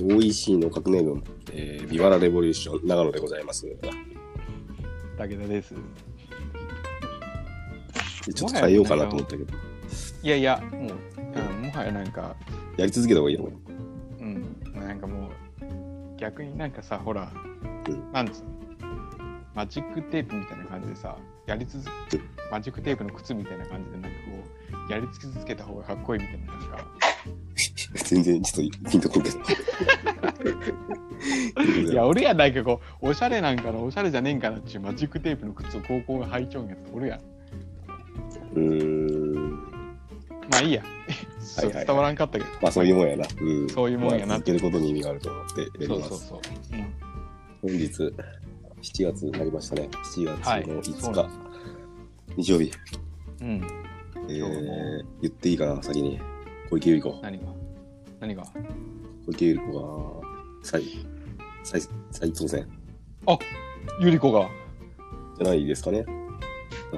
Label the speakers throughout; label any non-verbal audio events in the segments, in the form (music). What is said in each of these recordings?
Speaker 1: OEC の革命軍、えー、ビワラレボリューション、長野でございます。
Speaker 2: 武田です。
Speaker 1: ちょっと変えようかなと思ったけど、
Speaker 2: いやいや、もう、うんもはやなんか、
Speaker 1: やり続けた方がいいよ、これ
Speaker 2: うん、なんかもう、逆になんかさ、ほら
Speaker 1: うん、
Speaker 2: なんつうのマジックテープみたいな感じでさ、やり続け、マジックテープの靴みたいな感じで、なんかこう、やり続けた方がかっこいいみたいな、なんか、
Speaker 1: (laughs) 全然ちょっとピンと
Speaker 2: (laughs)
Speaker 1: こんけど。
Speaker 2: いや、俺やないかこう、おしゃれなんかな、おしゃれじゃねえんかなっちゅうマジックテープの靴を高校が履いちゃうんやつ、俺やん。
Speaker 1: うーん。
Speaker 2: まあいいや。
Speaker 1: はいはいはい
Speaker 2: 伝わらんかったけど。
Speaker 1: まあそういうもんやな。うん、
Speaker 2: そういうもんやな
Speaker 1: まあ続けることに意味があると思ってやり
Speaker 2: そう
Speaker 1: ます。
Speaker 2: そうそう。うん
Speaker 1: 本日、7月になりましたね。7
Speaker 2: はい
Speaker 1: 月の5
Speaker 2: そ
Speaker 1: 日、
Speaker 2: うなんで
Speaker 1: 日曜日。
Speaker 2: うん。
Speaker 1: え
Speaker 2: 今日
Speaker 1: ー
Speaker 2: も、
Speaker 1: 言っていいかな、先に。小池百合子。
Speaker 2: 何が何が
Speaker 1: 小池百合子が再、再、再当選
Speaker 2: ゆり子が、
Speaker 1: じゃないですかね。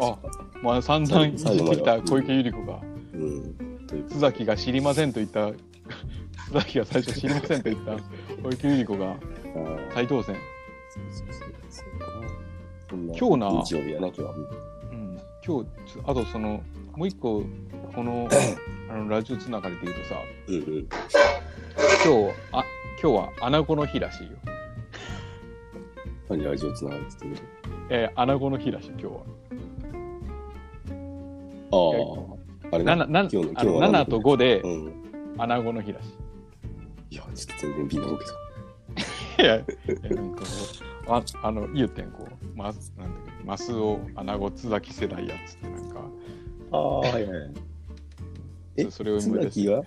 Speaker 2: あ
Speaker 1: 確か
Speaker 2: まあ、散々
Speaker 1: 最後
Speaker 2: 言っ
Speaker 1: 最後ま
Speaker 2: て
Speaker 1: で
Speaker 2: き
Speaker 1: は
Speaker 2: た小池百合子が、
Speaker 1: うん。という
Speaker 2: 須崎が知りませんと言った、 (laughs) 須崎が最初知りませんと言った小池百合子が
Speaker 1: あー
Speaker 2: 再当選。
Speaker 1: そうそうそうそうかなそん
Speaker 2: 今日な
Speaker 1: 日曜日やな、今日は。うん
Speaker 2: うん。今日、ちょあとその、もう一個、
Speaker 1: (coughs)
Speaker 2: この、あのラジオつながりで言うとさ、
Speaker 1: うんうん。
Speaker 2: 今日、あ、今日はアナゴの日らしいよ。
Speaker 1: 何ラジオつながるって言って
Speaker 2: えー、アナゴの日らしい、今日は。
Speaker 1: ああ。あれ
Speaker 2: なななあの
Speaker 1: 今日の今日は
Speaker 2: 7と5で
Speaker 1: うん。
Speaker 2: アナゴの日らしい。 (laughs)
Speaker 1: いや、ちょっと全然ピンとこんけど。
Speaker 2: いや、いやなんかこうああの言うてんこうマスなんだっけマスをアナゴ津崎世代やっつってなんか
Speaker 1: ああ、はいはい。え
Speaker 2: それを
Speaker 1: 津
Speaker 2: 思い出
Speaker 1: 崎
Speaker 2: す
Speaker 1: が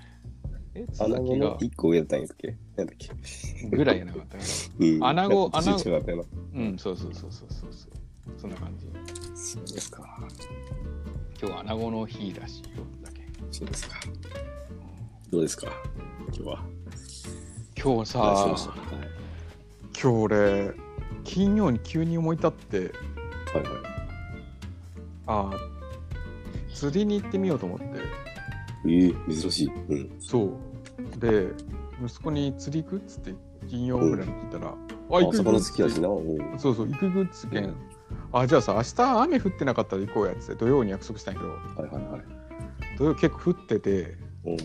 Speaker 2: え津
Speaker 1: 穴子
Speaker 2: 崎が
Speaker 1: の一個上だったんやったっけなんだっけ
Speaker 2: ぐらいやなかったか
Speaker 1: うん。 (laughs)
Speaker 2: 穴子
Speaker 1: なんか途中違ったよ
Speaker 2: なうんそうそうそうそうそうそうそんな感じ
Speaker 1: な。そうですか。
Speaker 2: 今日はアナゴの日らしいよだけ
Speaker 1: そうですか。どうですか今日は。
Speaker 2: 今日
Speaker 1: お願いしま
Speaker 2: さ
Speaker 1: したはい
Speaker 2: 今日俺金曜に急に思い立って
Speaker 1: はいはい。
Speaker 2: あー釣りに行ってみようと思って
Speaker 1: ええ珍しい。うん。
Speaker 2: そうで息子に釣り行くっつって金曜ぐらいに聞いたら、あ
Speaker 1: あ、
Speaker 2: 行
Speaker 1: お
Speaker 2: く行
Speaker 1: 魚
Speaker 2: く
Speaker 1: 好
Speaker 2: っつって
Speaker 1: きやしな。うん。
Speaker 2: そうそう、行くグッズ券、
Speaker 1: うん
Speaker 2: あ、じゃあさ、明日雨降ってなかったら行こうやっつって、土曜に約束したんやけど、
Speaker 1: はいはいはい。
Speaker 2: 土曜結構降ってて、
Speaker 1: おう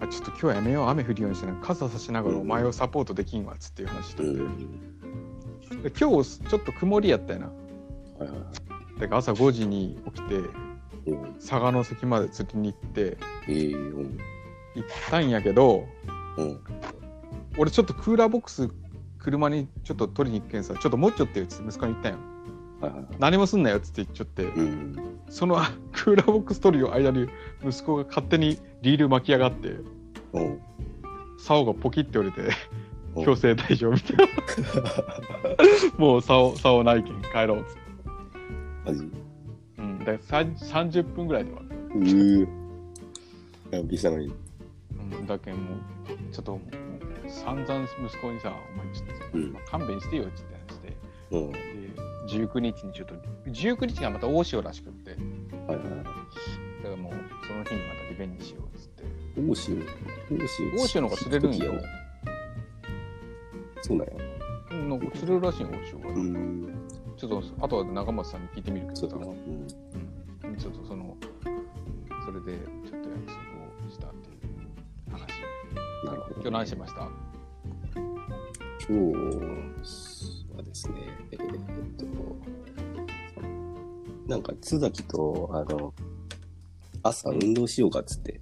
Speaker 2: あちょっと今日はやめよう、雨降るようにしてなんか傘さしながら
Speaker 1: うん
Speaker 2: お前をサポートできんわっつっていう話して
Speaker 1: おう。
Speaker 2: て、
Speaker 1: うん。
Speaker 2: で今日ちょっと曇りやったよな。
Speaker 1: はいはいはい。
Speaker 2: だから朝5時に起きて、
Speaker 1: うん
Speaker 2: 佐賀の関まで釣りに行って、
Speaker 1: ええうん。
Speaker 2: 行ったんやけど、
Speaker 1: うん。
Speaker 2: 俺ちょっとクーラーボックス、車にちょっと取りに行くけんさ、ちょっと持っちょってよっつって息子に言ったんよ。
Speaker 1: はいはいはい。
Speaker 2: 何もすんなよっつって言っちゃって、
Speaker 1: うん。
Speaker 2: そのあ (laughs) クーラーボックス取るよ間に息子が勝手にリール巻き上がって
Speaker 1: おう。
Speaker 2: 竿がポキって折れて
Speaker 1: おう
Speaker 2: 強制退場みたい
Speaker 1: (laughs)
Speaker 2: なもう竿竿ないけん帰ろうっつって、
Speaker 1: マジ
Speaker 2: うん、だからさん30分ぐらいでは、
Speaker 1: うー。いやびっくりしたのに。
Speaker 2: うん、だけんもうちょっともう散々息子にさ「お前ちょっと、
Speaker 1: うん
Speaker 2: まあ勘弁してよ」っつって話して
Speaker 1: うん。は
Speaker 2: で19日にちょっと19日がまた大潮らしくってだ
Speaker 1: いはいは
Speaker 2: からもうその日にまたリベンジしようっつって
Speaker 1: い。大潮。大潮。
Speaker 2: 大潮の方が釣れるん
Speaker 1: や
Speaker 2: よ
Speaker 1: ね。そうなんや。
Speaker 2: なんか釣れるらしいよ大潮が。
Speaker 1: うん。
Speaker 2: ちょっとあとは中松さんに聞いてみるけど
Speaker 1: そう
Speaker 2: さ
Speaker 1: だな。うん。
Speaker 2: うんちょっとそのそれでちょっと約束をしたっていう話
Speaker 1: なるほど。
Speaker 2: 今日何しました
Speaker 1: 今日はですね、えーっと、なんか津崎と、あの、朝運動しようかっつって、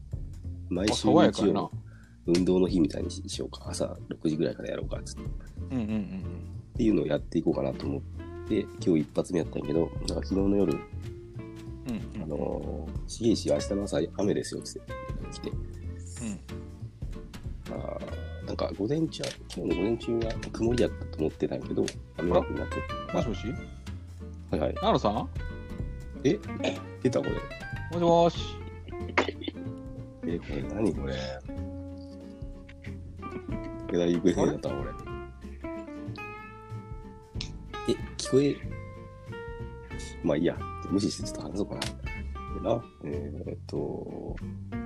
Speaker 1: 毎
Speaker 2: あ
Speaker 1: 週
Speaker 2: 爽やか
Speaker 1: 日
Speaker 2: や
Speaker 1: 曜
Speaker 2: な
Speaker 1: 運動の日みたいにしようか、朝6時ぐらいからやろうかっつって、っ
Speaker 2: うんうんうん
Speaker 1: ていうのをやっていこうかなと思って、今日一発目やったんやけど、なんか昨日の夜、
Speaker 2: うん
Speaker 1: あ
Speaker 2: うん
Speaker 1: のー、重石明日の朝雨ですよっつって来て、あーなんか午前中は、今日の午前中は曇りやったと思ってたんやけど、雨が降になって、
Speaker 2: もしもし
Speaker 1: はいはい、
Speaker 2: 奈良さん
Speaker 1: え出たこれ。
Speaker 2: もしもし
Speaker 1: え、これ何これ武田行方だったわ俺。え、聞こえまあいいや。無視してちょっと話そうかな。でな、えーっと、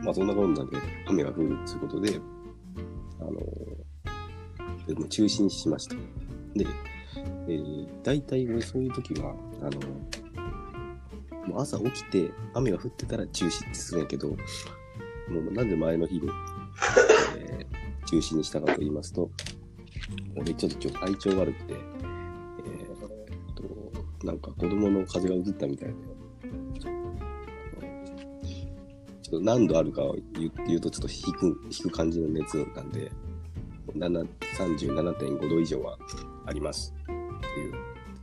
Speaker 1: まあそんなこんなで雨が降るっていうことで、あの、でもう中止にしました。で、えー、大体俺そういう時は、あの、もう朝起きて雨が降ってたら中止ってするんやけど、もうなんで前の日に、えー中止にしたかと言いますと、俺ちょっと今日体調悪くて、えーっと、なんか子供の風邪がうつったみたいで、あのちょっと何度あるかを言う言うとちょっと引く引く感じの熱なんで、7 37.5度以上はありますっていう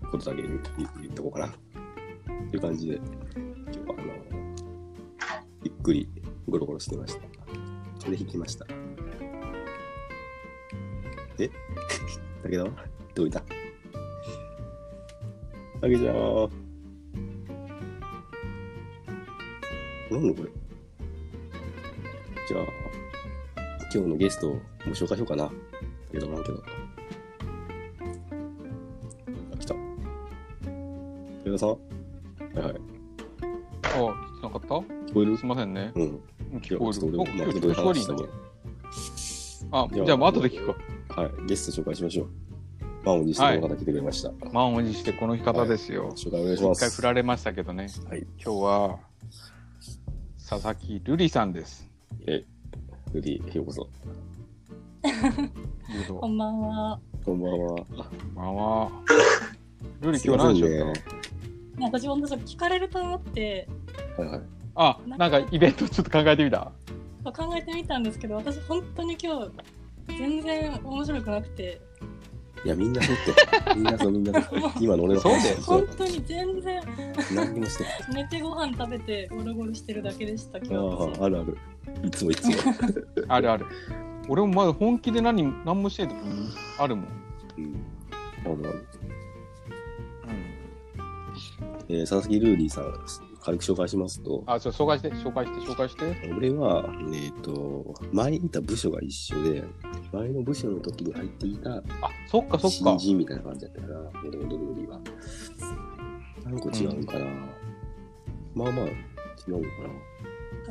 Speaker 1: ことだけ言う言言っとこうかな。っていう感じで、今日はあの、ゆっくりゴロゴロしてました。で、弾きました。えだけど、どういたあげちゃおう。なんだこれ。じゃあ、今日のゲストをご紹介しようかな。だけど、なんけど。あ、来た。武田さんはいはい。
Speaker 2: あ、聞こえなかっ
Speaker 1: 聞こえる
Speaker 2: たすいませんね。
Speaker 1: うん。
Speaker 2: 聞こ
Speaker 1: ちょっと俺も
Speaker 2: え
Speaker 1: まあ
Speaker 2: る。
Speaker 1: どういう話したっ
Speaker 2: の
Speaker 1: け
Speaker 2: あ、
Speaker 1: じゃあ
Speaker 2: じゃあ、後で聞く
Speaker 1: はい、ゲスト紹介しましょう。満を持してこの方来てくれました。
Speaker 2: わ。満を持してこの方ですよ。
Speaker 1: 紹介お願いしま
Speaker 2: 一回
Speaker 1: す。
Speaker 2: 振られましたけどね。
Speaker 1: はい。
Speaker 2: 今日は、佐々木瑠璃さんです。
Speaker 1: え、ルリー、ようこそ。
Speaker 2: どうぞ
Speaker 3: こんばんは。
Speaker 1: こんばんは。あ
Speaker 2: こんばんは。ルリ
Speaker 1: すい
Speaker 2: 今日
Speaker 1: ませ
Speaker 2: 何
Speaker 1: ん
Speaker 2: しよ
Speaker 1: ね
Speaker 2: ったの
Speaker 3: なんか私本当そう聞かれると思って
Speaker 1: はいはい。
Speaker 2: あ、なんかイベントちょっと考えてみた。
Speaker 3: 考えてみたんですけど、私本当に今日全然面白くなくて、
Speaker 1: いや、みんなそう (laughs) って。みんなそう、みんなそう。今の俺の話
Speaker 3: 本当に全然
Speaker 1: 何にもしてない。
Speaker 3: 寝てご飯食べてゴロゴロしてるだけでした今日
Speaker 1: ああ、あるある。いつもいつも。
Speaker 2: あるある。俺もまだ本気で何何もしてない時にあるもん。
Speaker 1: うん。あるある。
Speaker 2: うん、
Speaker 1: えー、佐々木ルーリーさん、軽く紹介しますと、
Speaker 2: あ、そう、紹介して、紹介して、紹介して。
Speaker 1: 俺は、えっ、と、前にいた部署が一緒で、前の部署の時に入っていた
Speaker 2: あ、そっかそっ
Speaker 1: 新
Speaker 2: か。
Speaker 1: 人みたいな感じだったから、もともとルーリーは。何個違うんかな、まあまあ、違うんかな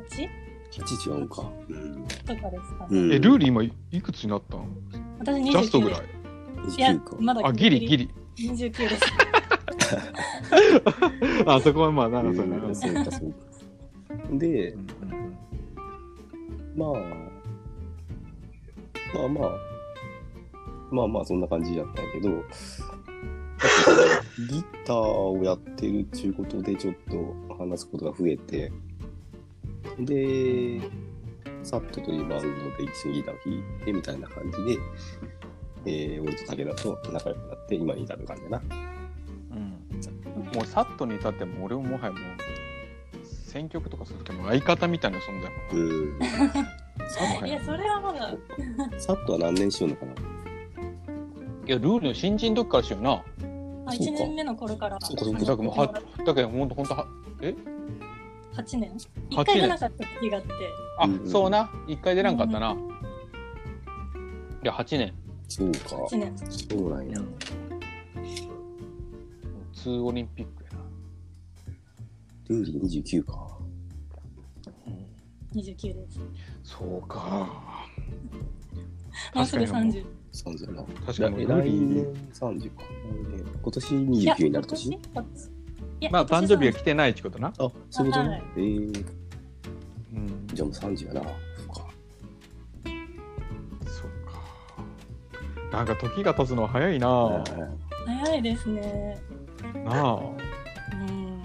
Speaker 3: 8
Speaker 1: ?8 違うんか。うん。
Speaker 3: とかですかね。
Speaker 1: うん、
Speaker 2: え、ルーリー今いくつになったの
Speaker 3: 私
Speaker 2: ジ
Speaker 3: 29
Speaker 2: ャストぐらい
Speaker 3: で。
Speaker 1: ー
Speaker 3: す。いや
Speaker 1: か。、
Speaker 3: まだ
Speaker 2: あ、ギリギ
Speaker 3: リ。
Speaker 2: リ。
Speaker 3: 29です。
Speaker 2: あ、そこはまあ、な
Speaker 1: うんん
Speaker 2: かそう
Speaker 1: そうか、そうか。で、まあ、まあまあ、まあまあそんな感じだったんやけど、だってそのギターをやってるっちゅうことでちょっと話すことが増えて、で、サットというバンドで一緒にギターを弾いてみたいな感じで、えー、俺と武田と仲良くなって今に至る感じだな。
Speaker 2: うんもう、サットに至っても、俺ももはやもう、選曲とかするともう相方みたいな存在も
Speaker 1: う。ん。
Speaker 2: サット
Speaker 3: い
Speaker 2: や
Speaker 3: や、それはまだ。
Speaker 1: サットは何年しようのかない
Speaker 2: や、ルーリーの新人どっからしような。
Speaker 3: あ
Speaker 1: そうか
Speaker 3: 1年目の頃から
Speaker 1: そうかそうか
Speaker 2: だけど、もうはだけど、ほんと、ほんとは、え
Speaker 3: 8年
Speaker 2: 八年
Speaker 3: ?1 回出なかった時があって、
Speaker 2: あ、
Speaker 1: うんうん
Speaker 2: そうな。一回出らんかったな。いや、8年。
Speaker 1: そうか。
Speaker 3: 8年。
Speaker 1: そうなんや。
Speaker 2: 2オリンピックや
Speaker 1: ルーリー29か。
Speaker 2: な。
Speaker 3: 29です。
Speaker 2: そうか。
Speaker 3: もうすぐ
Speaker 2: 確かにもう
Speaker 3: 30。
Speaker 1: 30やな。
Speaker 2: 確
Speaker 1: 来
Speaker 2: かに、ルーリ
Speaker 1: 年
Speaker 2: ー。
Speaker 1: 30か。今年
Speaker 3: いや
Speaker 1: 29になる年
Speaker 3: 今年いや
Speaker 2: まあ、
Speaker 3: 今
Speaker 2: 誕
Speaker 3: 年
Speaker 2: 生日は来てないってことな。
Speaker 1: あ、そういうことね。
Speaker 3: はい
Speaker 1: えー、
Speaker 2: うん
Speaker 1: じゃあもう30やな。そうか。。
Speaker 2: そうか。なんか時が経つのは早いな。
Speaker 3: 早いですね。
Speaker 2: なあ。も
Speaker 3: うん。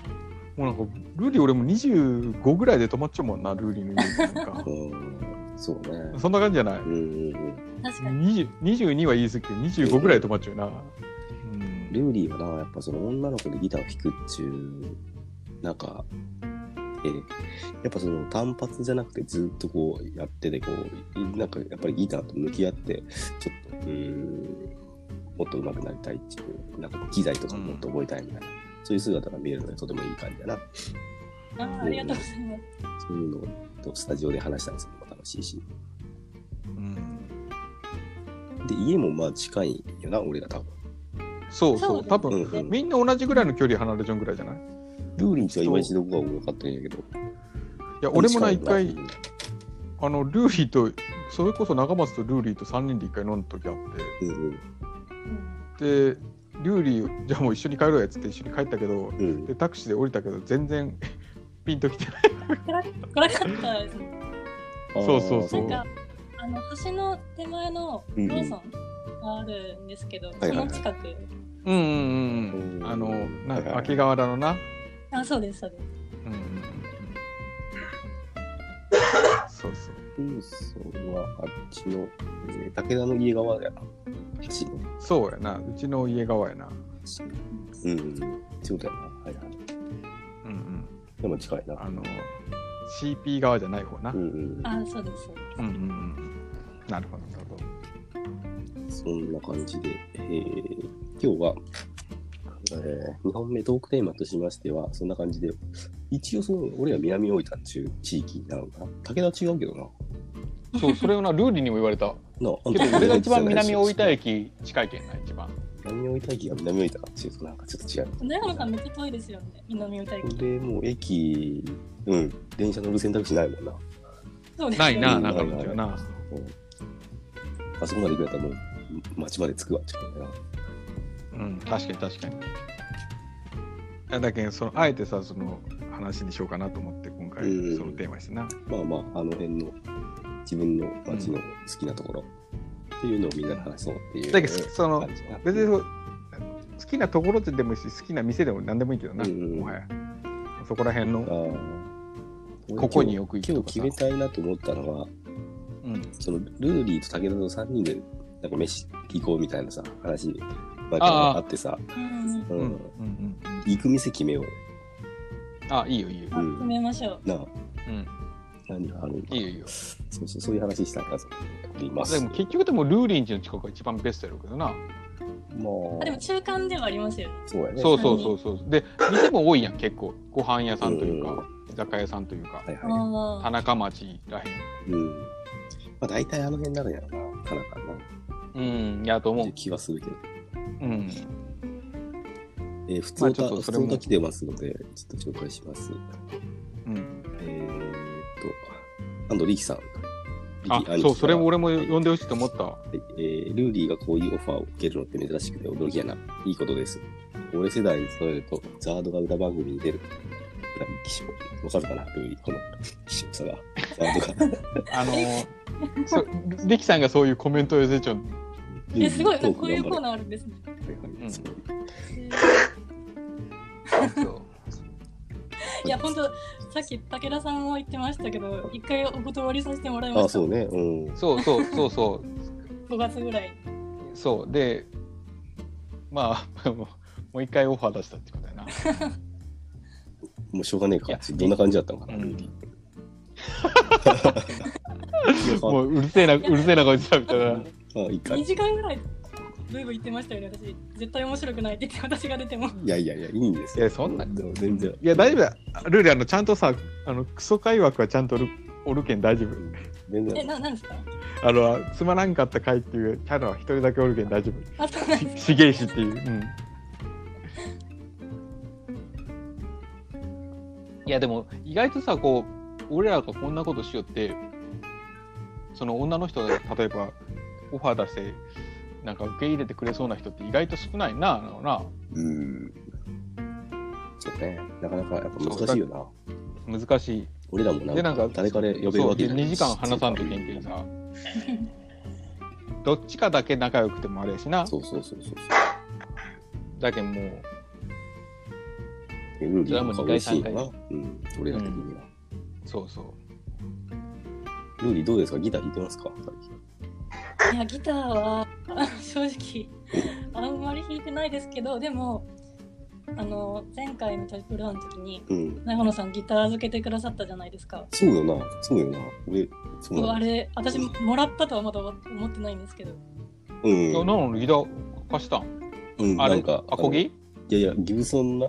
Speaker 2: うなんか、ルーリー俺も25ぐらいで止まっちゃうもんな、ルーリーのイメージなんか (laughs)
Speaker 1: うん、そうね。
Speaker 2: そんな感じじゃない
Speaker 1: うんうんうん。
Speaker 3: 確かに。
Speaker 2: 20 ?22 は言い過ぎけど、25ぐらいで止まっちゃうな。うん
Speaker 1: ルーリーはな、やっぱその女の子でギターを弾くっちゅう、なんか、えー、やっぱその単発じゃなくてずっとこうやってて、こう、いなんかやっぱりギターと向き合って、ちょっと、うーん、もっと上手くなりたいっていう、なんかこう機材とかもっと覚えたいみたいな、そういう姿が見えるのでとてもいい感じだな。
Speaker 3: あーありがとうございます。
Speaker 1: そういうのとスタジオで話したりするのも楽しいし。
Speaker 2: うん
Speaker 1: で、家もまあ近いよな、俺ら多分。
Speaker 2: そう
Speaker 3: そ
Speaker 2: そ
Speaker 3: う
Speaker 2: う、
Speaker 3: です
Speaker 2: 多
Speaker 1: う
Speaker 2: 分、
Speaker 1: んうん。
Speaker 2: みんな同じぐらいの距離離れちゃうぐらいじゃない
Speaker 1: ルーリンちはいまいちどこが多かったんやけど。
Speaker 2: いや、俺もな、
Speaker 1: 近い
Speaker 2: 一
Speaker 1: わ
Speaker 2: 回、あの、ルーリーとそれこそ長松とルーリーと3人で1回飲んだ時あって
Speaker 1: うん
Speaker 2: でルーリーじゃあもう一緒に帰ろうやっつって一緒に帰ったけど
Speaker 1: うんうん
Speaker 2: でタクシーで降りたけど全然ピンときてない
Speaker 3: 暗かったですね。
Speaker 2: そうそうそ
Speaker 3: な
Speaker 2: うん
Speaker 3: か、あの、橋の手前のローソンがあるんですけど、
Speaker 1: いは
Speaker 3: そ
Speaker 1: いは
Speaker 3: の
Speaker 1: い
Speaker 3: 近く。
Speaker 2: うんうんうんう
Speaker 1: う
Speaker 2: ん
Speaker 1: ん
Speaker 2: あのな
Speaker 1: はいはい
Speaker 2: 秋川原のな、
Speaker 3: あ、そうです、そうです。
Speaker 2: うんうんうん、そうそう
Speaker 1: うんそうはあっちの、えー武田の家側やなあっちの
Speaker 2: そうやなうちの家側やな
Speaker 1: うんうんそうだよなはいはい
Speaker 2: うんうん
Speaker 1: でも近いな
Speaker 2: あの CP 側じゃない方な、う
Speaker 1: うん
Speaker 2: ん、
Speaker 1: うん
Speaker 3: あ、そうです、そうで
Speaker 2: うんうんなるほどなるほど
Speaker 1: そんな感じで、えー今日は、え2本目トークテーマとしましては、そんな感じで、一応その、俺ら南大分中地域なのかな。武田は違うけどな。
Speaker 2: そうそれをなルーリーにも言われた
Speaker 1: なあ、
Speaker 2: 結構俺が一番南大分。駅近いけんな一番
Speaker 1: 南大分駅が南大分かっていうと、なんかちょっと違う。
Speaker 3: す。長野さんめっちゃ遠いですよね、南歌駅。
Speaker 1: これもう駅、うん、電車乗る選択肢ないもんな。
Speaker 3: そうですよ
Speaker 2: な
Speaker 3: ね
Speaker 2: いな
Speaker 1: うん
Speaker 2: 長野じゃな
Speaker 1: あそこまで行くやったらもう、町まで着くわ、ちょっとね。
Speaker 2: うん確かに確かにいやだけどそのあえてさその話にしようかなと思って今回
Speaker 1: うん
Speaker 2: そのテーマにしてな
Speaker 1: まあまあ、あの辺の自分の街の好きなところっていうのをみんなで話そうっていう。
Speaker 2: だけどその
Speaker 1: 感じかな
Speaker 2: 別にそう好きなところでもいいし好きな店でも何でもいいけどな、
Speaker 1: うん
Speaker 2: もはやそこら辺
Speaker 1: あ
Speaker 2: の
Speaker 1: ー
Speaker 2: ここによく行く
Speaker 1: 今
Speaker 2: と
Speaker 1: 日
Speaker 2: か
Speaker 1: 決
Speaker 2: さ
Speaker 1: めたいなと思ったのは、
Speaker 2: うん
Speaker 1: そのルーリーと武田と3人でなんか飯行こうみたいなさ、話、ま
Speaker 2: あ
Speaker 1: あ、
Speaker 2: ー
Speaker 1: あってさ、
Speaker 3: うん
Speaker 1: う
Speaker 2: うんうん
Speaker 1: ん、
Speaker 2: うん
Speaker 1: 行く店決めようよ。
Speaker 2: あいいよいいよ
Speaker 3: あ、決めましょう。
Speaker 1: なあ、
Speaker 2: うん
Speaker 1: 何があるんか
Speaker 2: いいよいいよ
Speaker 1: そうそう、そういう話したいなと思いま。
Speaker 2: ですも結局でもルーリンジの近くが一番ベストやろうけどな
Speaker 1: も
Speaker 3: あ、でも中間ではありますよね。
Speaker 1: そうやね。
Speaker 2: そうそうそうそうで店も多いやん結構ご飯屋さんという
Speaker 1: う
Speaker 2: か居酒屋さんというか
Speaker 1: はいは
Speaker 2: 田
Speaker 3: あ
Speaker 2: 中町らへ
Speaker 1: い。
Speaker 2: ん
Speaker 1: うん。まあ大体あの辺になるんやろな、田中な。
Speaker 2: うん、やと
Speaker 1: っ
Speaker 2: 思
Speaker 1: ていう
Speaker 2: う。
Speaker 1: 気はするけど。
Speaker 2: うん。
Speaker 1: えー、普通
Speaker 2: ま
Speaker 1: 歌、
Speaker 2: あちょっと
Speaker 1: 普
Speaker 2: それ
Speaker 1: 通
Speaker 2: も
Speaker 1: 歌来てますので、ちょっと紹介します。
Speaker 2: うん、
Speaker 1: えーっと、安藤力さん。
Speaker 2: あ
Speaker 1: 力兄、貴
Speaker 2: そう、それも
Speaker 1: は
Speaker 2: 俺も呼んでほしいと思った。
Speaker 1: いえールーリーがこういうオファーを受けるのって珍しくて驚きやな。いいことです。俺世代に伝えると、ザードが歌番組に出る。大気象。わかるかなルーリー、この気象さが。ザードが。
Speaker 2: あ (laughs) のー、そリキさんがそういうコメントを寄せちゃう。
Speaker 3: あ。え、すごい、こういうコー
Speaker 1: の。
Speaker 3: ナーあるんですね。
Speaker 1: はいはい
Speaker 2: うん
Speaker 1: すごい
Speaker 3: いや、本当さっき武田さんは言ってましたけど、一回お断りさせてもらいま
Speaker 1: あ、
Speaker 3: した。
Speaker 1: そうね。うん。
Speaker 2: そうそうそうそ
Speaker 3: 5月ぐらい。
Speaker 2: う。そう。で、まあ、 (laughs) もうもう一回オファー出したってことやな。
Speaker 1: もうしょうがねえ
Speaker 2: い
Speaker 1: か
Speaker 2: や。
Speaker 1: どんな感じだったのかな、
Speaker 2: うん
Speaker 1: ルーリー。
Speaker 2: もううるせえな、うるせえなこいつらみたいな。
Speaker 1: あ、いいか
Speaker 3: 2。時間ぐらい、ブイブイ言ってましたよね、私。絶対面白くないって言って、 (laughs) 私が出ても。
Speaker 1: いやいやいや、いいんです
Speaker 2: い
Speaker 1: よ。
Speaker 2: や、そんな。
Speaker 1: でも全然。
Speaker 2: いや、大丈夫だ。ルール、あの、ちゃんとさ、あの、クソ会枠はちゃんとおるおるけん大丈夫。
Speaker 1: 全
Speaker 3: え、
Speaker 1: 然。
Speaker 3: ななんですか
Speaker 2: あの、つまらんかった会っていうキャラは一人だけおるけん大丈夫。
Speaker 3: あ、そうなんです
Speaker 2: しげいしっていう。いやでも意外とさこう俺らがこんなことしよってその女の人が例えばオファー出してなんか受け入れてくれそうな人って意外と少ないなあのな
Speaker 1: うん。そうね。なかなかやっぱ難しいよな。
Speaker 2: 難しい。
Speaker 1: 俺らも
Speaker 2: で
Speaker 1: な
Speaker 2: なんんか
Speaker 1: か誰かで呼べる
Speaker 2: そう
Speaker 1: わけ
Speaker 2: で
Speaker 1: じゃない
Speaker 2: 2時間話さんとけんけんさどっちかだけ仲良くてもあれやしな
Speaker 1: そうそうそうそう。
Speaker 2: だけんもう
Speaker 1: ルール
Speaker 2: それはもう
Speaker 1: が
Speaker 2: 二
Speaker 1: 嬉
Speaker 2: 回
Speaker 1: しい
Speaker 2: 三
Speaker 1: よ
Speaker 2: 回
Speaker 1: な。うん。俺ら的には。
Speaker 2: そうそう
Speaker 1: ルーリーどうですかギター弾いてますか最近
Speaker 3: いや、ギターは、あ正直、あんまり弾いてないですけど、でも、あの、前回のトリプルアンの時に、
Speaker 1: うん。
Speaker 3: 長野さんギター預けてくださったじゃないですか。
Speaker 1: そうよな。そうよな。俺、そう
Speaker 3: そうあ
Speaker 1: なの。
Speaker 3: れ、私もらったとはまだ思ってないんですけど。
Speaker 1: う。
Speaker 2: いやなんのにギター貸したん
Speaker 1: うん。
Speaker 2: あ
Speaker 1: な
Speaker 2: れ
Speaker 1: んか、
Speaker 2: アコギ
Speaker 1: いやいや、ギブソンな、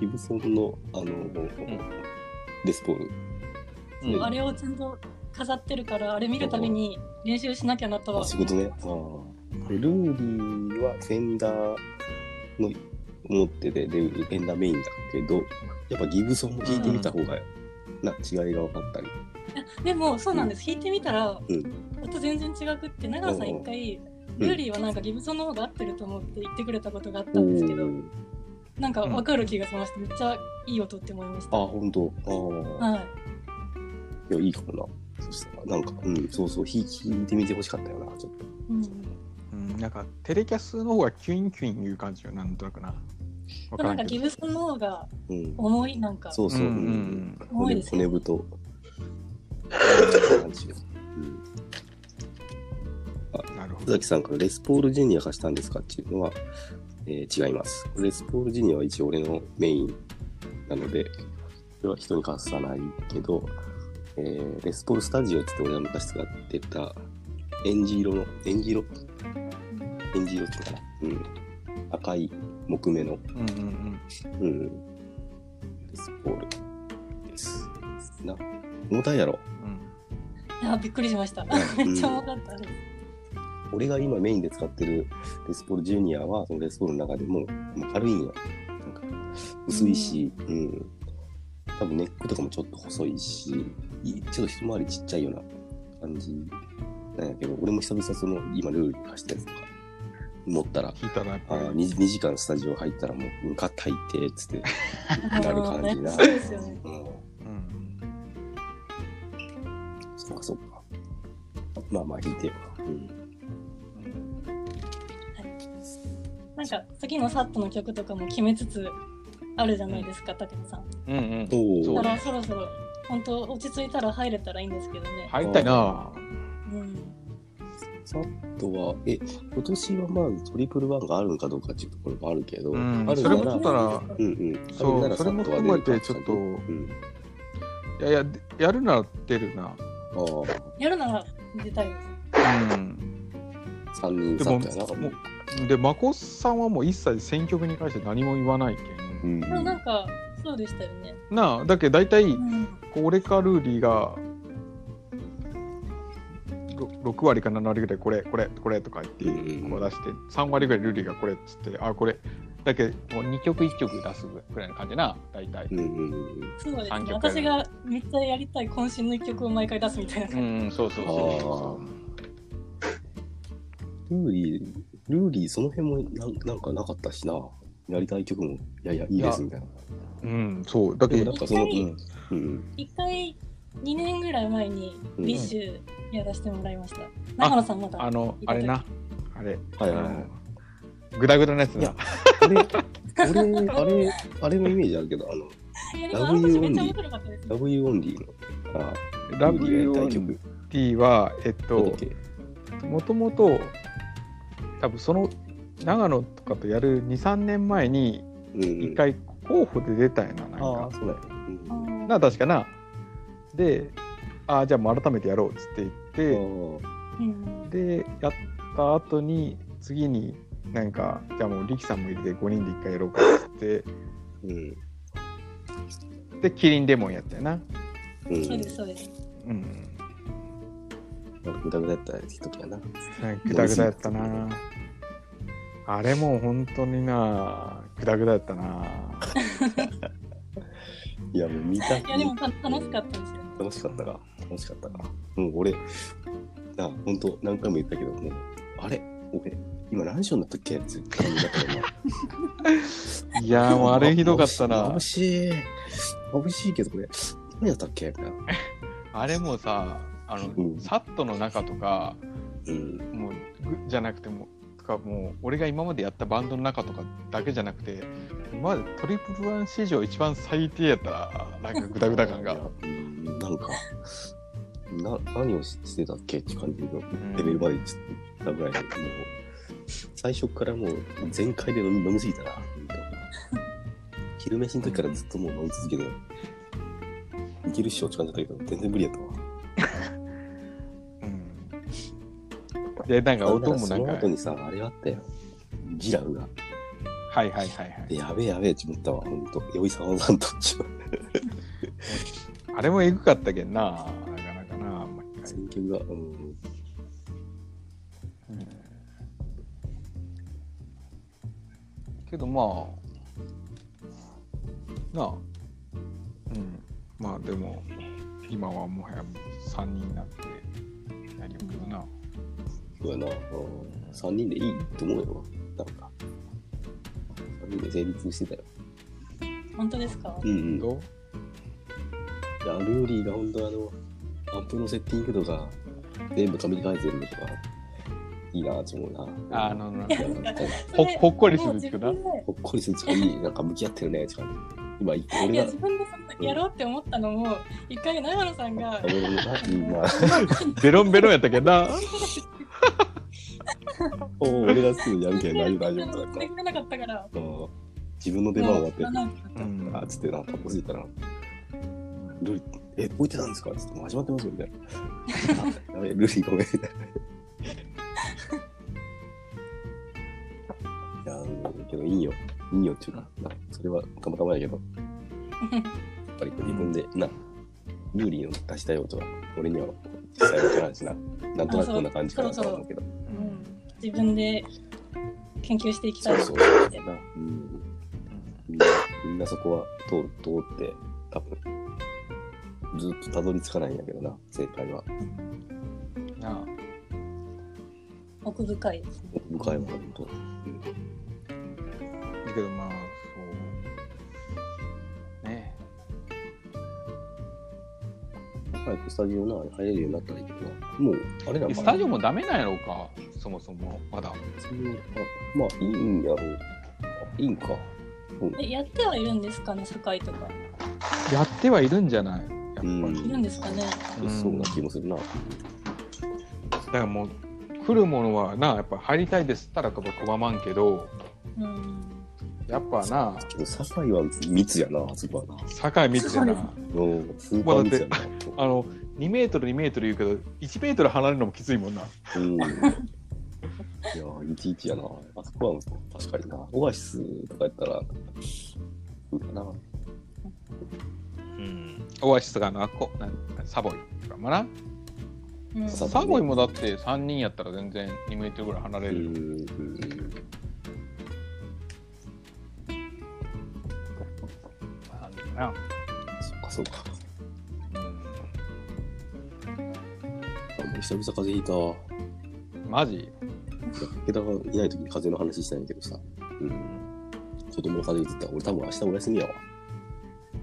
Speaker 1: ギブソンの、あの、レスポール。
Speaker 2: うん
Speaker 3: あれをちゃんと飾ってるから、あれ見るたびに練習しなきゃなとは。
Speaker 1: あ仕事ね。あーでルーリーはフェンダーの持ってて、で、フェンダーメインだけど、やっぱギブソンも聞いてみた方が、な、違いが分かったり
Speaker 3: でもそうなんです、弾いてみたら、
Speaker 1: うん
Speaker 3: 音全然違くって長野さん一回、
Speaker 1: うん
Speaker 3: ルーリーはなんかギブソンの方が合ってると思って言ってくれたことがあったんですけど、なんか分かる気がしました、めっちゃいい音って思いまし
Speaker 1: あ
Speaker 3: た。
Speaker 1: ー、本当。ああ、
Speaker 3: はい
Speaker 1: いや、いいかもな。そしたら、なんか、うん、そうそう、弾いてみてほしかったよな、ちょっと。
Speaker 3: うん
Speaker 2: うん、なんかテレキャスの方がキュインキュインいう感じよなんとなくなわ
Speaker 3: なん
Speaker 2: ら
Speaker 3: か
Speaker 2: んけ
Speaker 3: ギ
Speaker 2: ど
Speaker 3: ブソンの方が
Speaker 1: うん。
Speaker 3: 重いなんか
Speaker 1: そうそう、う
Speaker 2: うんう
Speaker 1: ん
Speaker 2: ん
Speaker 1: うん。
Speaker 3: 重
Speaker 1: 骨
Speaker 3: いですよ
Speaker 1: 骨
Speaker 3: ね (laughs)
Speaker 1: 太。そういう感じようん
Speaker 2: なるほ
Speaker 1: 須
Speaker 2: ど
Speaker 1: 崎さんからレスポールジェニア貸したんですかっていうのは、えー違います。レスポールジェニアは一応俺のメインなので、それは人に貸さないけど、えーレスポールスタジオって言って俺が昔使ってた、エンジ色の、エンジ色エンジ色っていうのかなうん。赤い木目の、
Speaker 2: うんうん
Speaker 1: うん。レスポールです。な、重たいやろ。
Speaker 2: うんうん
Speaker 3: いやびっくりしました
Speaker 1: う
Speaker 3: (laughs) め
Speaker 1: ん
Speaker 3: っちゃ重かったです
Speaker 1: 俺が今メインで使ってるレスポールジュニアはそのレスポールの中でもまあ軽いんよなんか薄いし、うん多分ネックとかもちょっと細いしいちょっと一回りちっちゃいような感じなんやけど俺も久々その今ルールに貸したやつとか持ったら
Speaker 2: 聞いたらやっ
Speaker 1: あ
Speaker 2: ぱり
Speaker 1: ー 2, 時間スタジオ入ったらもううん「かったいて」っつってなる
Speaker 3: あ
Speaker 1: 感
Speaker 3: ー
Speaker 1: じ
Speaker 3: ね
Speaker 1: な
Speaker 3: そうですよね
Speaker 1: うん
Speaker 2: うん
Speaker 1: そっかそっかまあまあ弾いてよ、うん、
Speaker 2: うん
Speaker 3: なんか次のサットの曲とかも決めつつあるじゃないですか武野さん
Speaker 2: うんうん
Speaker 1: おお
Speaker 2: そ
Speaker 3: だ
Speaker 2: う
Speaker 3: からそろそろ本当落ち着いたら入れたらいいんですけどね、
Speaker 2: 入りたいな
Speaker 3: うん、
Speaker 1: サットは、え、今年はまあトリプルワンがあるのかどうかっていうところもあるけど、
Speaker 2: うん
Speaker 1: ある
Speaker 2: そ
Speaker 1: な
Speaker 2: れ
Speaker 1: ら、
Speaker 2: もちょっとな
Speaker 1: うんうん。
Speaker 2: そう
Speaker 1: あるなら
Speaker 2: それも
Speaker 1: サットは出るか
Speaker 2: 含めてちょっと
Speaker 1: うん。
Speaker 2: いやいやでやるなら出るな
Speaker 1: あ
Speaker 3: やるなら出たいです
Speaker 2: うん
Speaker 1: あ、3人
Speaker 2: で
Speaker 1: サ
Speaker 2: も
Speaker 1: ットやな。
Speaker 2: もうでまこさんはもう一切選曲に関して何も言わないけ
Speaker 1: うんん、
Speaker 3: でもなんかそうでしたよね、
Speaker 2: なあだけど大体
Speaker 3: うん、
Speaker 2: こう俺かルーリーがろ6割か7割ぐらいこれこれこれとか言って
Speaker 1: うん
Speaker 2: こう出して3割ぐらいルーリーがこれっつってあこれだけどもう2曲1曲出すぐらいの感じな大体
Speaker 1: うんうんうん。
Speaker 3: そうです
Speaker 2: 三
Speaker 3: ね
Speaker 2: 曲
Speaker 3: 私がめっちゃやりたい渾身の一曲を毎回出すみたいな
Speaker 2: う
Speaker 3: 感
Speaker 2: んそうそうそうそう
Speaker 1: ルーリー、ルーリー、その辺もなんなんかなかったしな。やりたい曲も、いやいや、いいですみたいな。
Speaker 2: うんそうだけ
Speaker 1: でもな
Speaker 2: ど
Speaker 1: んかその、う
Speaker 3: 一
Speaker 1: ん。うん、
Speaker 3: じ一回2年ぐらい前に
Speaker 1: うん
Speaker 3: ビッシュやらせてもらいました、長野さんまだ
Speaker 2: あのあれなあれ
Speaker 1: はいはいはい
Speaker 2: いグダグダなやつ
Speaker 1: い
Speaker 2: な
Speaker 1: やあれ、俺、あれ、あれのイメージあるけど、あの、
Speaker 3: いやでもあの年めっちゃ面白かったですね
Speaker 1: ラブユーオンリーの、あ
Speaker 2: ラブユー
Speaker 1: や
Speaker 2: オ
Speaker 1: りた
Speaker 2: ン
Speaker 1: い曲、
Speaker 2: ティはえっ
Speaker 1: なんだ
Speaker 2: と
Speaker 1: っけ
Speaker 2: もともと多分その長野とかとやる23年前に
Speaker 1: うんうん
Speaker 2: 一回候補で出たんやななん
Speaker 1: あ
Speaker 2: か
Speaker 1: あ、そうだよ。うん
Speaker 2: な確かなでああじゃあもう改めてやろうっつって
Speaker 1: あ
Speaker 2: 言っ
Speaker 1: ー
Speaker 3: うん
Speaker 2: てでやった後に次になんかじゃあもう力さんも入れて5人で一回やろうかっつって
Speaker 1: うん。
Speaker 2: でキリンレモンやったよな
Speaker 1: うん。
Speaker 3: そうですそうです
Speaker 2: うん
Speaker 1: グダグダやった時やな。
Speaker 2: なんかグダグダやったなあれもう本当になグダグダやったない
Speaker 1: や、もう見た。
Speaker 3: いやでもた楽しかったですよね
Speaker 1: 楽しかったか。楽しかったか。もう俺、な、ほんと何回も言ったけど、もう、あれ俺、今何章になったっけって感じだったよ
Speaker 2: いやー
Speaker 1: な
Speaker 2: (laughs) もうあれひどかったな
Speaker 1: 眩しい。眩しいけど、これ、何やったっけみたいな。
Speaker 2: あれもさあの、
Speaker 1: うん
Speaker 2: サットの中とか
Speaker 1: うん。
Speaker 2: もうぐじゃなくてもとかもう俺が今までやったバンドの中とかだけじゃなくて今までトリプルワン史上一番最低やったらなんかグダグダ感
Speaker 1: い
Speaker 2: が
Speaker 1: や。うんなんか、な、何をしてたっけって感じのレベルまで行ったぐらいで、もう、最初からもう、全開で飲み飲みすぎたな、ほんと昼飯の時からずっともう飲み続けて、いけるっしょって感じだったけど、全然無理やったわ。
Speaker 2: うんでなんか
Speaker 1: だ
Speaker 2: 音
Speaker 1: ら
Speaker 2: も
Speaker 1: そ
Speaker 2: な
Speaker 1: の
Speaker 2: んか
Speaker 1: 後にさ、あれがあったよ。ギラウが。
Speaker 2: はいはいはいはい
Speaker 1: でやべえやべえって思ったわ、ほんと。よいさんおさんと。
Speaker 2: あれもエグかったけんななかなかな毎回
Speaker 1: 選曲が、うん。
Speaker 2: うんけどまあなあうんまあでも今はもはや3人になってやりよるけどな。
Speaker 1: そうやな、うん、3人でいいと思うよなんか3人で成立してたよ
Speaker 3: 本当ですか
Speaker 1: うんうんい
Speaker 2: どう
Speaker 1: やルーリーが本当あのアンプのセッティングとか全部紙に書いてるのとかいいなと思うな
Speaker 2: あのな
Speaker 1: やなんか
Speaker 3: (laughs)
Speaker 2: ほほっこりす
Speaker 3: もう
Speaker 2: る
Speaker 3: 自
Speaker 2: け
Speaker 3: 分
Speaker 2: どな。
Speaker 3: で
Speaker 1: ほっこりするとかいいなんか向き合ってるねって感じ今
Speaker 3: い
Speaker 1: 俺
Speaker 3: や
Speaker 1: が
Speaker 3: 自分でそんなやろうって思ったのも一回長野さんが
Speaker 1: 俺のないいな
Speaker 2: ベロンベロンやったけどな。
Speaker 1: おう (laughs) 俺がすぐやるけん大丈夫大丈夫とか
Speaker 3: できなかったから
Speaker 1: 言ったうん自分の出番終わって
Speaker 3: もうなんか
Speaker 2: うん
Speaker 1: あっつってなんか気づいたら「ルリえ置いてたんですか?」っつって「もう始まってますよ」みたいな「あやべルリごめん」 (laughs) みたいな。いやうんけどいいよいいよっていうかなそれはたまたまやけどやっぱり自分でなルーリーの出したい音は俺には実際わからんしななんとなくこんな感じかなとは思うけど
Speaker 3: うん自分で研究していきた
Speaker 1: そ
Speaker 3: いう
Speaker 1: そうそうだな、うん、みんなみんなそこは通通って多分ずっとたどり着かないんやけどな正解は
Speaker 2: なあ
Speaker 3: 奥深いですね
Speaker 1: 向かいは本当
Speaker 2: だけどまあそうね
Speaker 1: 早くスタジオな入れるようになったらいいけどなもうあれなん
Speaker 2: え
Speaker 1: か
Speaker 2: スタジオもダメなんやろうかそもそもまだ
Speaker 1: スタジオあまあいいんやろうあいいんか
Speaker 3: えやってはいるんですかね堺とか
Speaker 2: やってはいるんじゃないやっぱり、
Speaker 1: うん
Speaker 3: いるんですかね
Speaker 1: そうな気もするな
Speaker 2: だからもう来るものはなやっぱ入りたいですったらとか拒まんけど
Speaker 3: うん
Speaker 2: やっぱな
Speaker 1: けど堺は密やなあそこはな
Speaker 2: 酒井光じゃな
Speaker 3: そうで
Speaker 1: うんスーパー密やな
Speaker 2: あの2メートル2メートル言うけど1メートル離れるのもきついもんな
Speaker 1: うんいやいちいちやなあそこは確かになオアシスとかやったらいいかな
Speaker 2: うんオアシスがあのあっこなんサボイとかもな
Speaker 3: うん
Speaker 1: さ
Speaker 2: サボイもだって3人やったら全然2メートルぐらい離れ
Speaker 1: う
Speaker 2: る、
Speaker 1: んうん
Speaker 2: なんだよな
Speaker 1: そっかそっか。
Speaker 2: う
Speaker 1: あもう久々風邪ひいた。
Speaker 2: んマジ
Speaker 1: 武田がいない時に風邪の話したんやけどさ。うん。子供が風邪ひいてた。俺多分明日お休みやわ。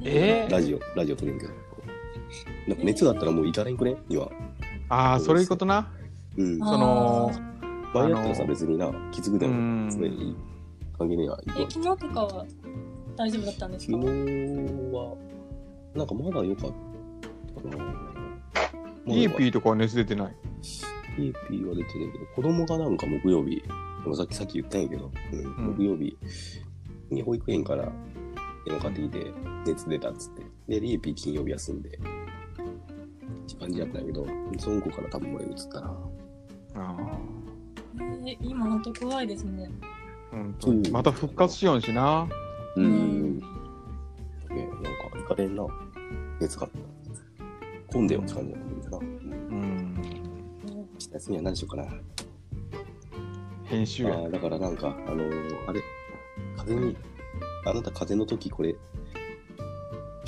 Speaker 2: えー
Speaker 1: ラジオ、ラジオ撮れるけど。なんか熱があったらもう行かれんくね今。
Speaker 2: ああ、そういうことな。
Speaker 1: うん。
Speaker 3: あー
Speaker 1: 場
Speaker 2: その、
Speaker 1: 合やったら
Speaker 2: あ
Speaker 1: さ、
Speaker 2: の
Speaker 1: 別にな、きつくで
Speaker 2: う
Speaker 1: も、
Speaker 2: ん
Speaker 1: それいい。関係ねえや。
Speaker 3: え昨日とかは大丈夫だったんです
Speaker 1: 昨
Speaker 3: か
Speaker 1: 日は、なんかまだ良かったな。まだ
Speaker 2: イ
Speaker 1: 良か
Speaker 2: ー
Speaker 1: った
Speaker 2: ピーとかは熱出てない。
Speaker 1: ピーピーは出てないけど、子供がなんか木曜日、でもさっきさっき言ったんやけど、うん
Speaker 2: うん
Speaker 1: 木曜日に保育園から絵の買ってきて、熱出たっつって、で、リーピー金曜日休んで、って感じやったんやけど、その子から多分俺移ったな。
Speaker 2: あ
Speaker 3: えー今本当怖いですね
Speaker 2: あ、本当に。また復活しよんしな。
Speaker 1: う
Speaker 3: うん
Speaker 1: ね、なんか、行かれんな。熱があった。混んでよって感じだったんだな。うん
Speaker 2: うん。
Speaker 3: うん
Speaker 1: 明日休みは何しようかな。
Speaker 2: 編集
Speaker 1: あ
Speaker 2: や。
Speaker 1: ーだからなんか、あのーあれ、風に、あなた風の時これ、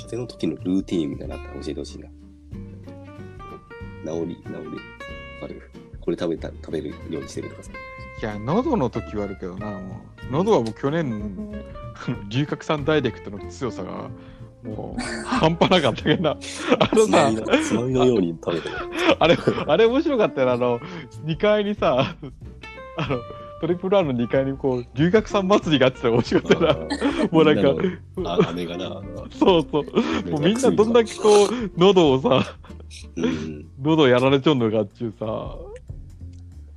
Speaker 1: 風の時のルーティーンみたいなのあったら教えてほしいな。治り、治り、わかる。これ食べた、食べるようにしてるとか
Speaker 2: (laughs)
Speaker 1: さ。
Speaker 2: いや、喉の時はあるけどな、もう。喉はもう去年、 (laughs) 龍角散ダイレクトの強さが、もう、半端なかったけどな。あの
Speaker 1: つま
Speaker 2: さ
Speaker 1: み、のつまみのように食べてる。
Speaker 2: あれ、あれ面白かったよなあの、2階にさ、あの、トリプル R の2階にこう、龍角散祭りがあってたら面白 (laughs) かったよな。もうなんか、
Speaker 1: みんなのあ、姉がな、あの
Speaker 2: そうそう。もうみんなどんだけこう、喉をさ、
Speaker 1: うん、
Speaker 2: 喉やられちゃうのかっちゅうさも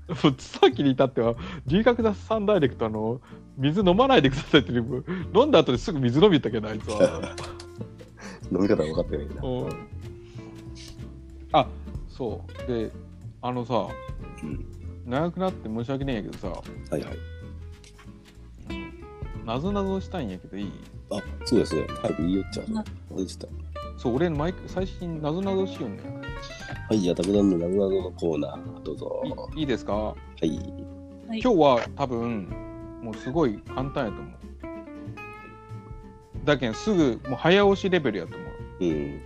Speaker 2: うさっきに至っては龍角雑さんダイレクトあの水飲まないでくださいっていう飲んだ後ですぐ水飲み行ったけどあい
Speaker 1: (laughs)
Speaker 2: つは
Speaker 1: 飲み方分かってないな。
Speaker 2: うんあそうであのさ
Speaker 1: うん、
Speaker 2: 長くなって申し訳ないんやけどさ
Speaker 1: はいはい。
Speaker 2: なぞなぞしたいんやけどいい
Speaker 1: あ、そうですね。早く言いよっちゃう
Speaker 3: な。
Speaker 1: 忘れてた。
Speaker 2: そう俺毎回最新なぞなぞしようね
Speaker 1: はい、じゃあ、武田のなぞなぞのコーナー、どうぞ。
Speaker 2: いいいですか
Speaker 1: はい。
Speaker 3: はい
Speaker 2: 今日は多分もうすごい簡単やと思うだけんすぐもう早押しレベルやと思う
Speaker 1: うん。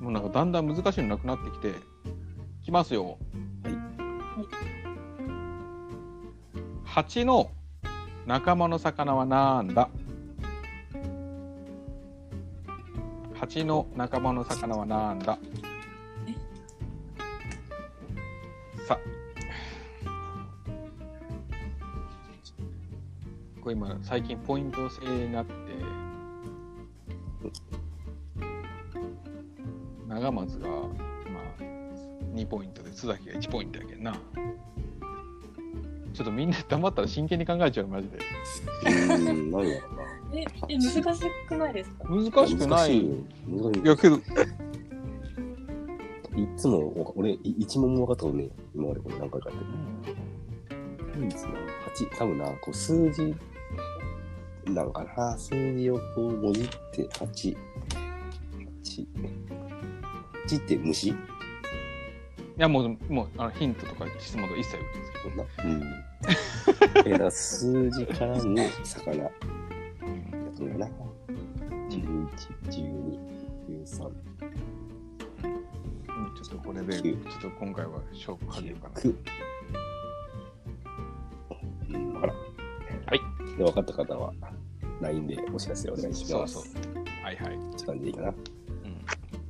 Speaker 2: もうなんかだんだん難しいのなくなってきて、きますよ。
Speaker 1: はい
Speaker 2: 蜂の仲間の魚はなんだ蜂の仲間の魚はなんだ
Speaker 3: え
Speaker 2: さこれ今最近ポイント制になって長松がまあ2ポイントで須崎が1ポイントやけんなちょっとみんな黙ったら真剣に考えちゃうマジで
Speaker 1: うん、なんやろな。
Speaker 3: え、え難しくないですか
Speaker 2: 難しくな
Speaker 1: 難し
Speaker 2: い
Speaker 1: いよ。難しい
Speaker 2: いやけど
Speaker 1: いつもわか、俺、い一問も分かったことねえ、今までこれ何回かやってる。いつも、8、多分な、こう数字、なんかな、数字をこう、もじって、8、8、8って虫
Speaker 2: いやもうもうあのヒントとか質問とか一切受け付
Speaker 1: そんな。うん。え、だから数字からの魚だと思うな。11、12、13、
Speaker 2: けないうんちょっとこれでちょっと今回は勝負かけようかな
Speaker 1: 9。うん、わからん。
Speaker 2: はい
Speaker 1: で、分かった方は、LINE でお知らせお願いし
Speaker 2: そ
Speaker 1: ま
Speaker 2: う
Speaker 1: す。
Speaker 2: そうはいはい、
Speaker 1: って感じでいいかな。
Speaker 2: う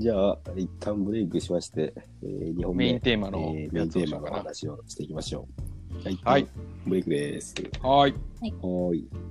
Speaker 1: じゃあ、一旦ブレイクしまして、えー、2
Speaker 2: ん、
Speaker 1: 本目、
Speaker 2: メイン
Speaker 1: え
Speaker 2: テーマの
Speaker 1: ーメイ
Speaker 2: や
Speaker 1: ン
Speaker 2: つ
Speaker 1: テ
Speaker 2: を
Speaker 1: ー
Speaker 2: し
Speaker 1: マ
Speaker 2: よう
Speaker 1: の
Speaker 2: か
Speaker 1: 話をしていきましょう。じゃあ一
Speaker 2: な
Speaker 1: 旦
Speaker 2: はい
Speaker 1: ブレイクです。
Speaker 2: はい
Speaker 1: はーい。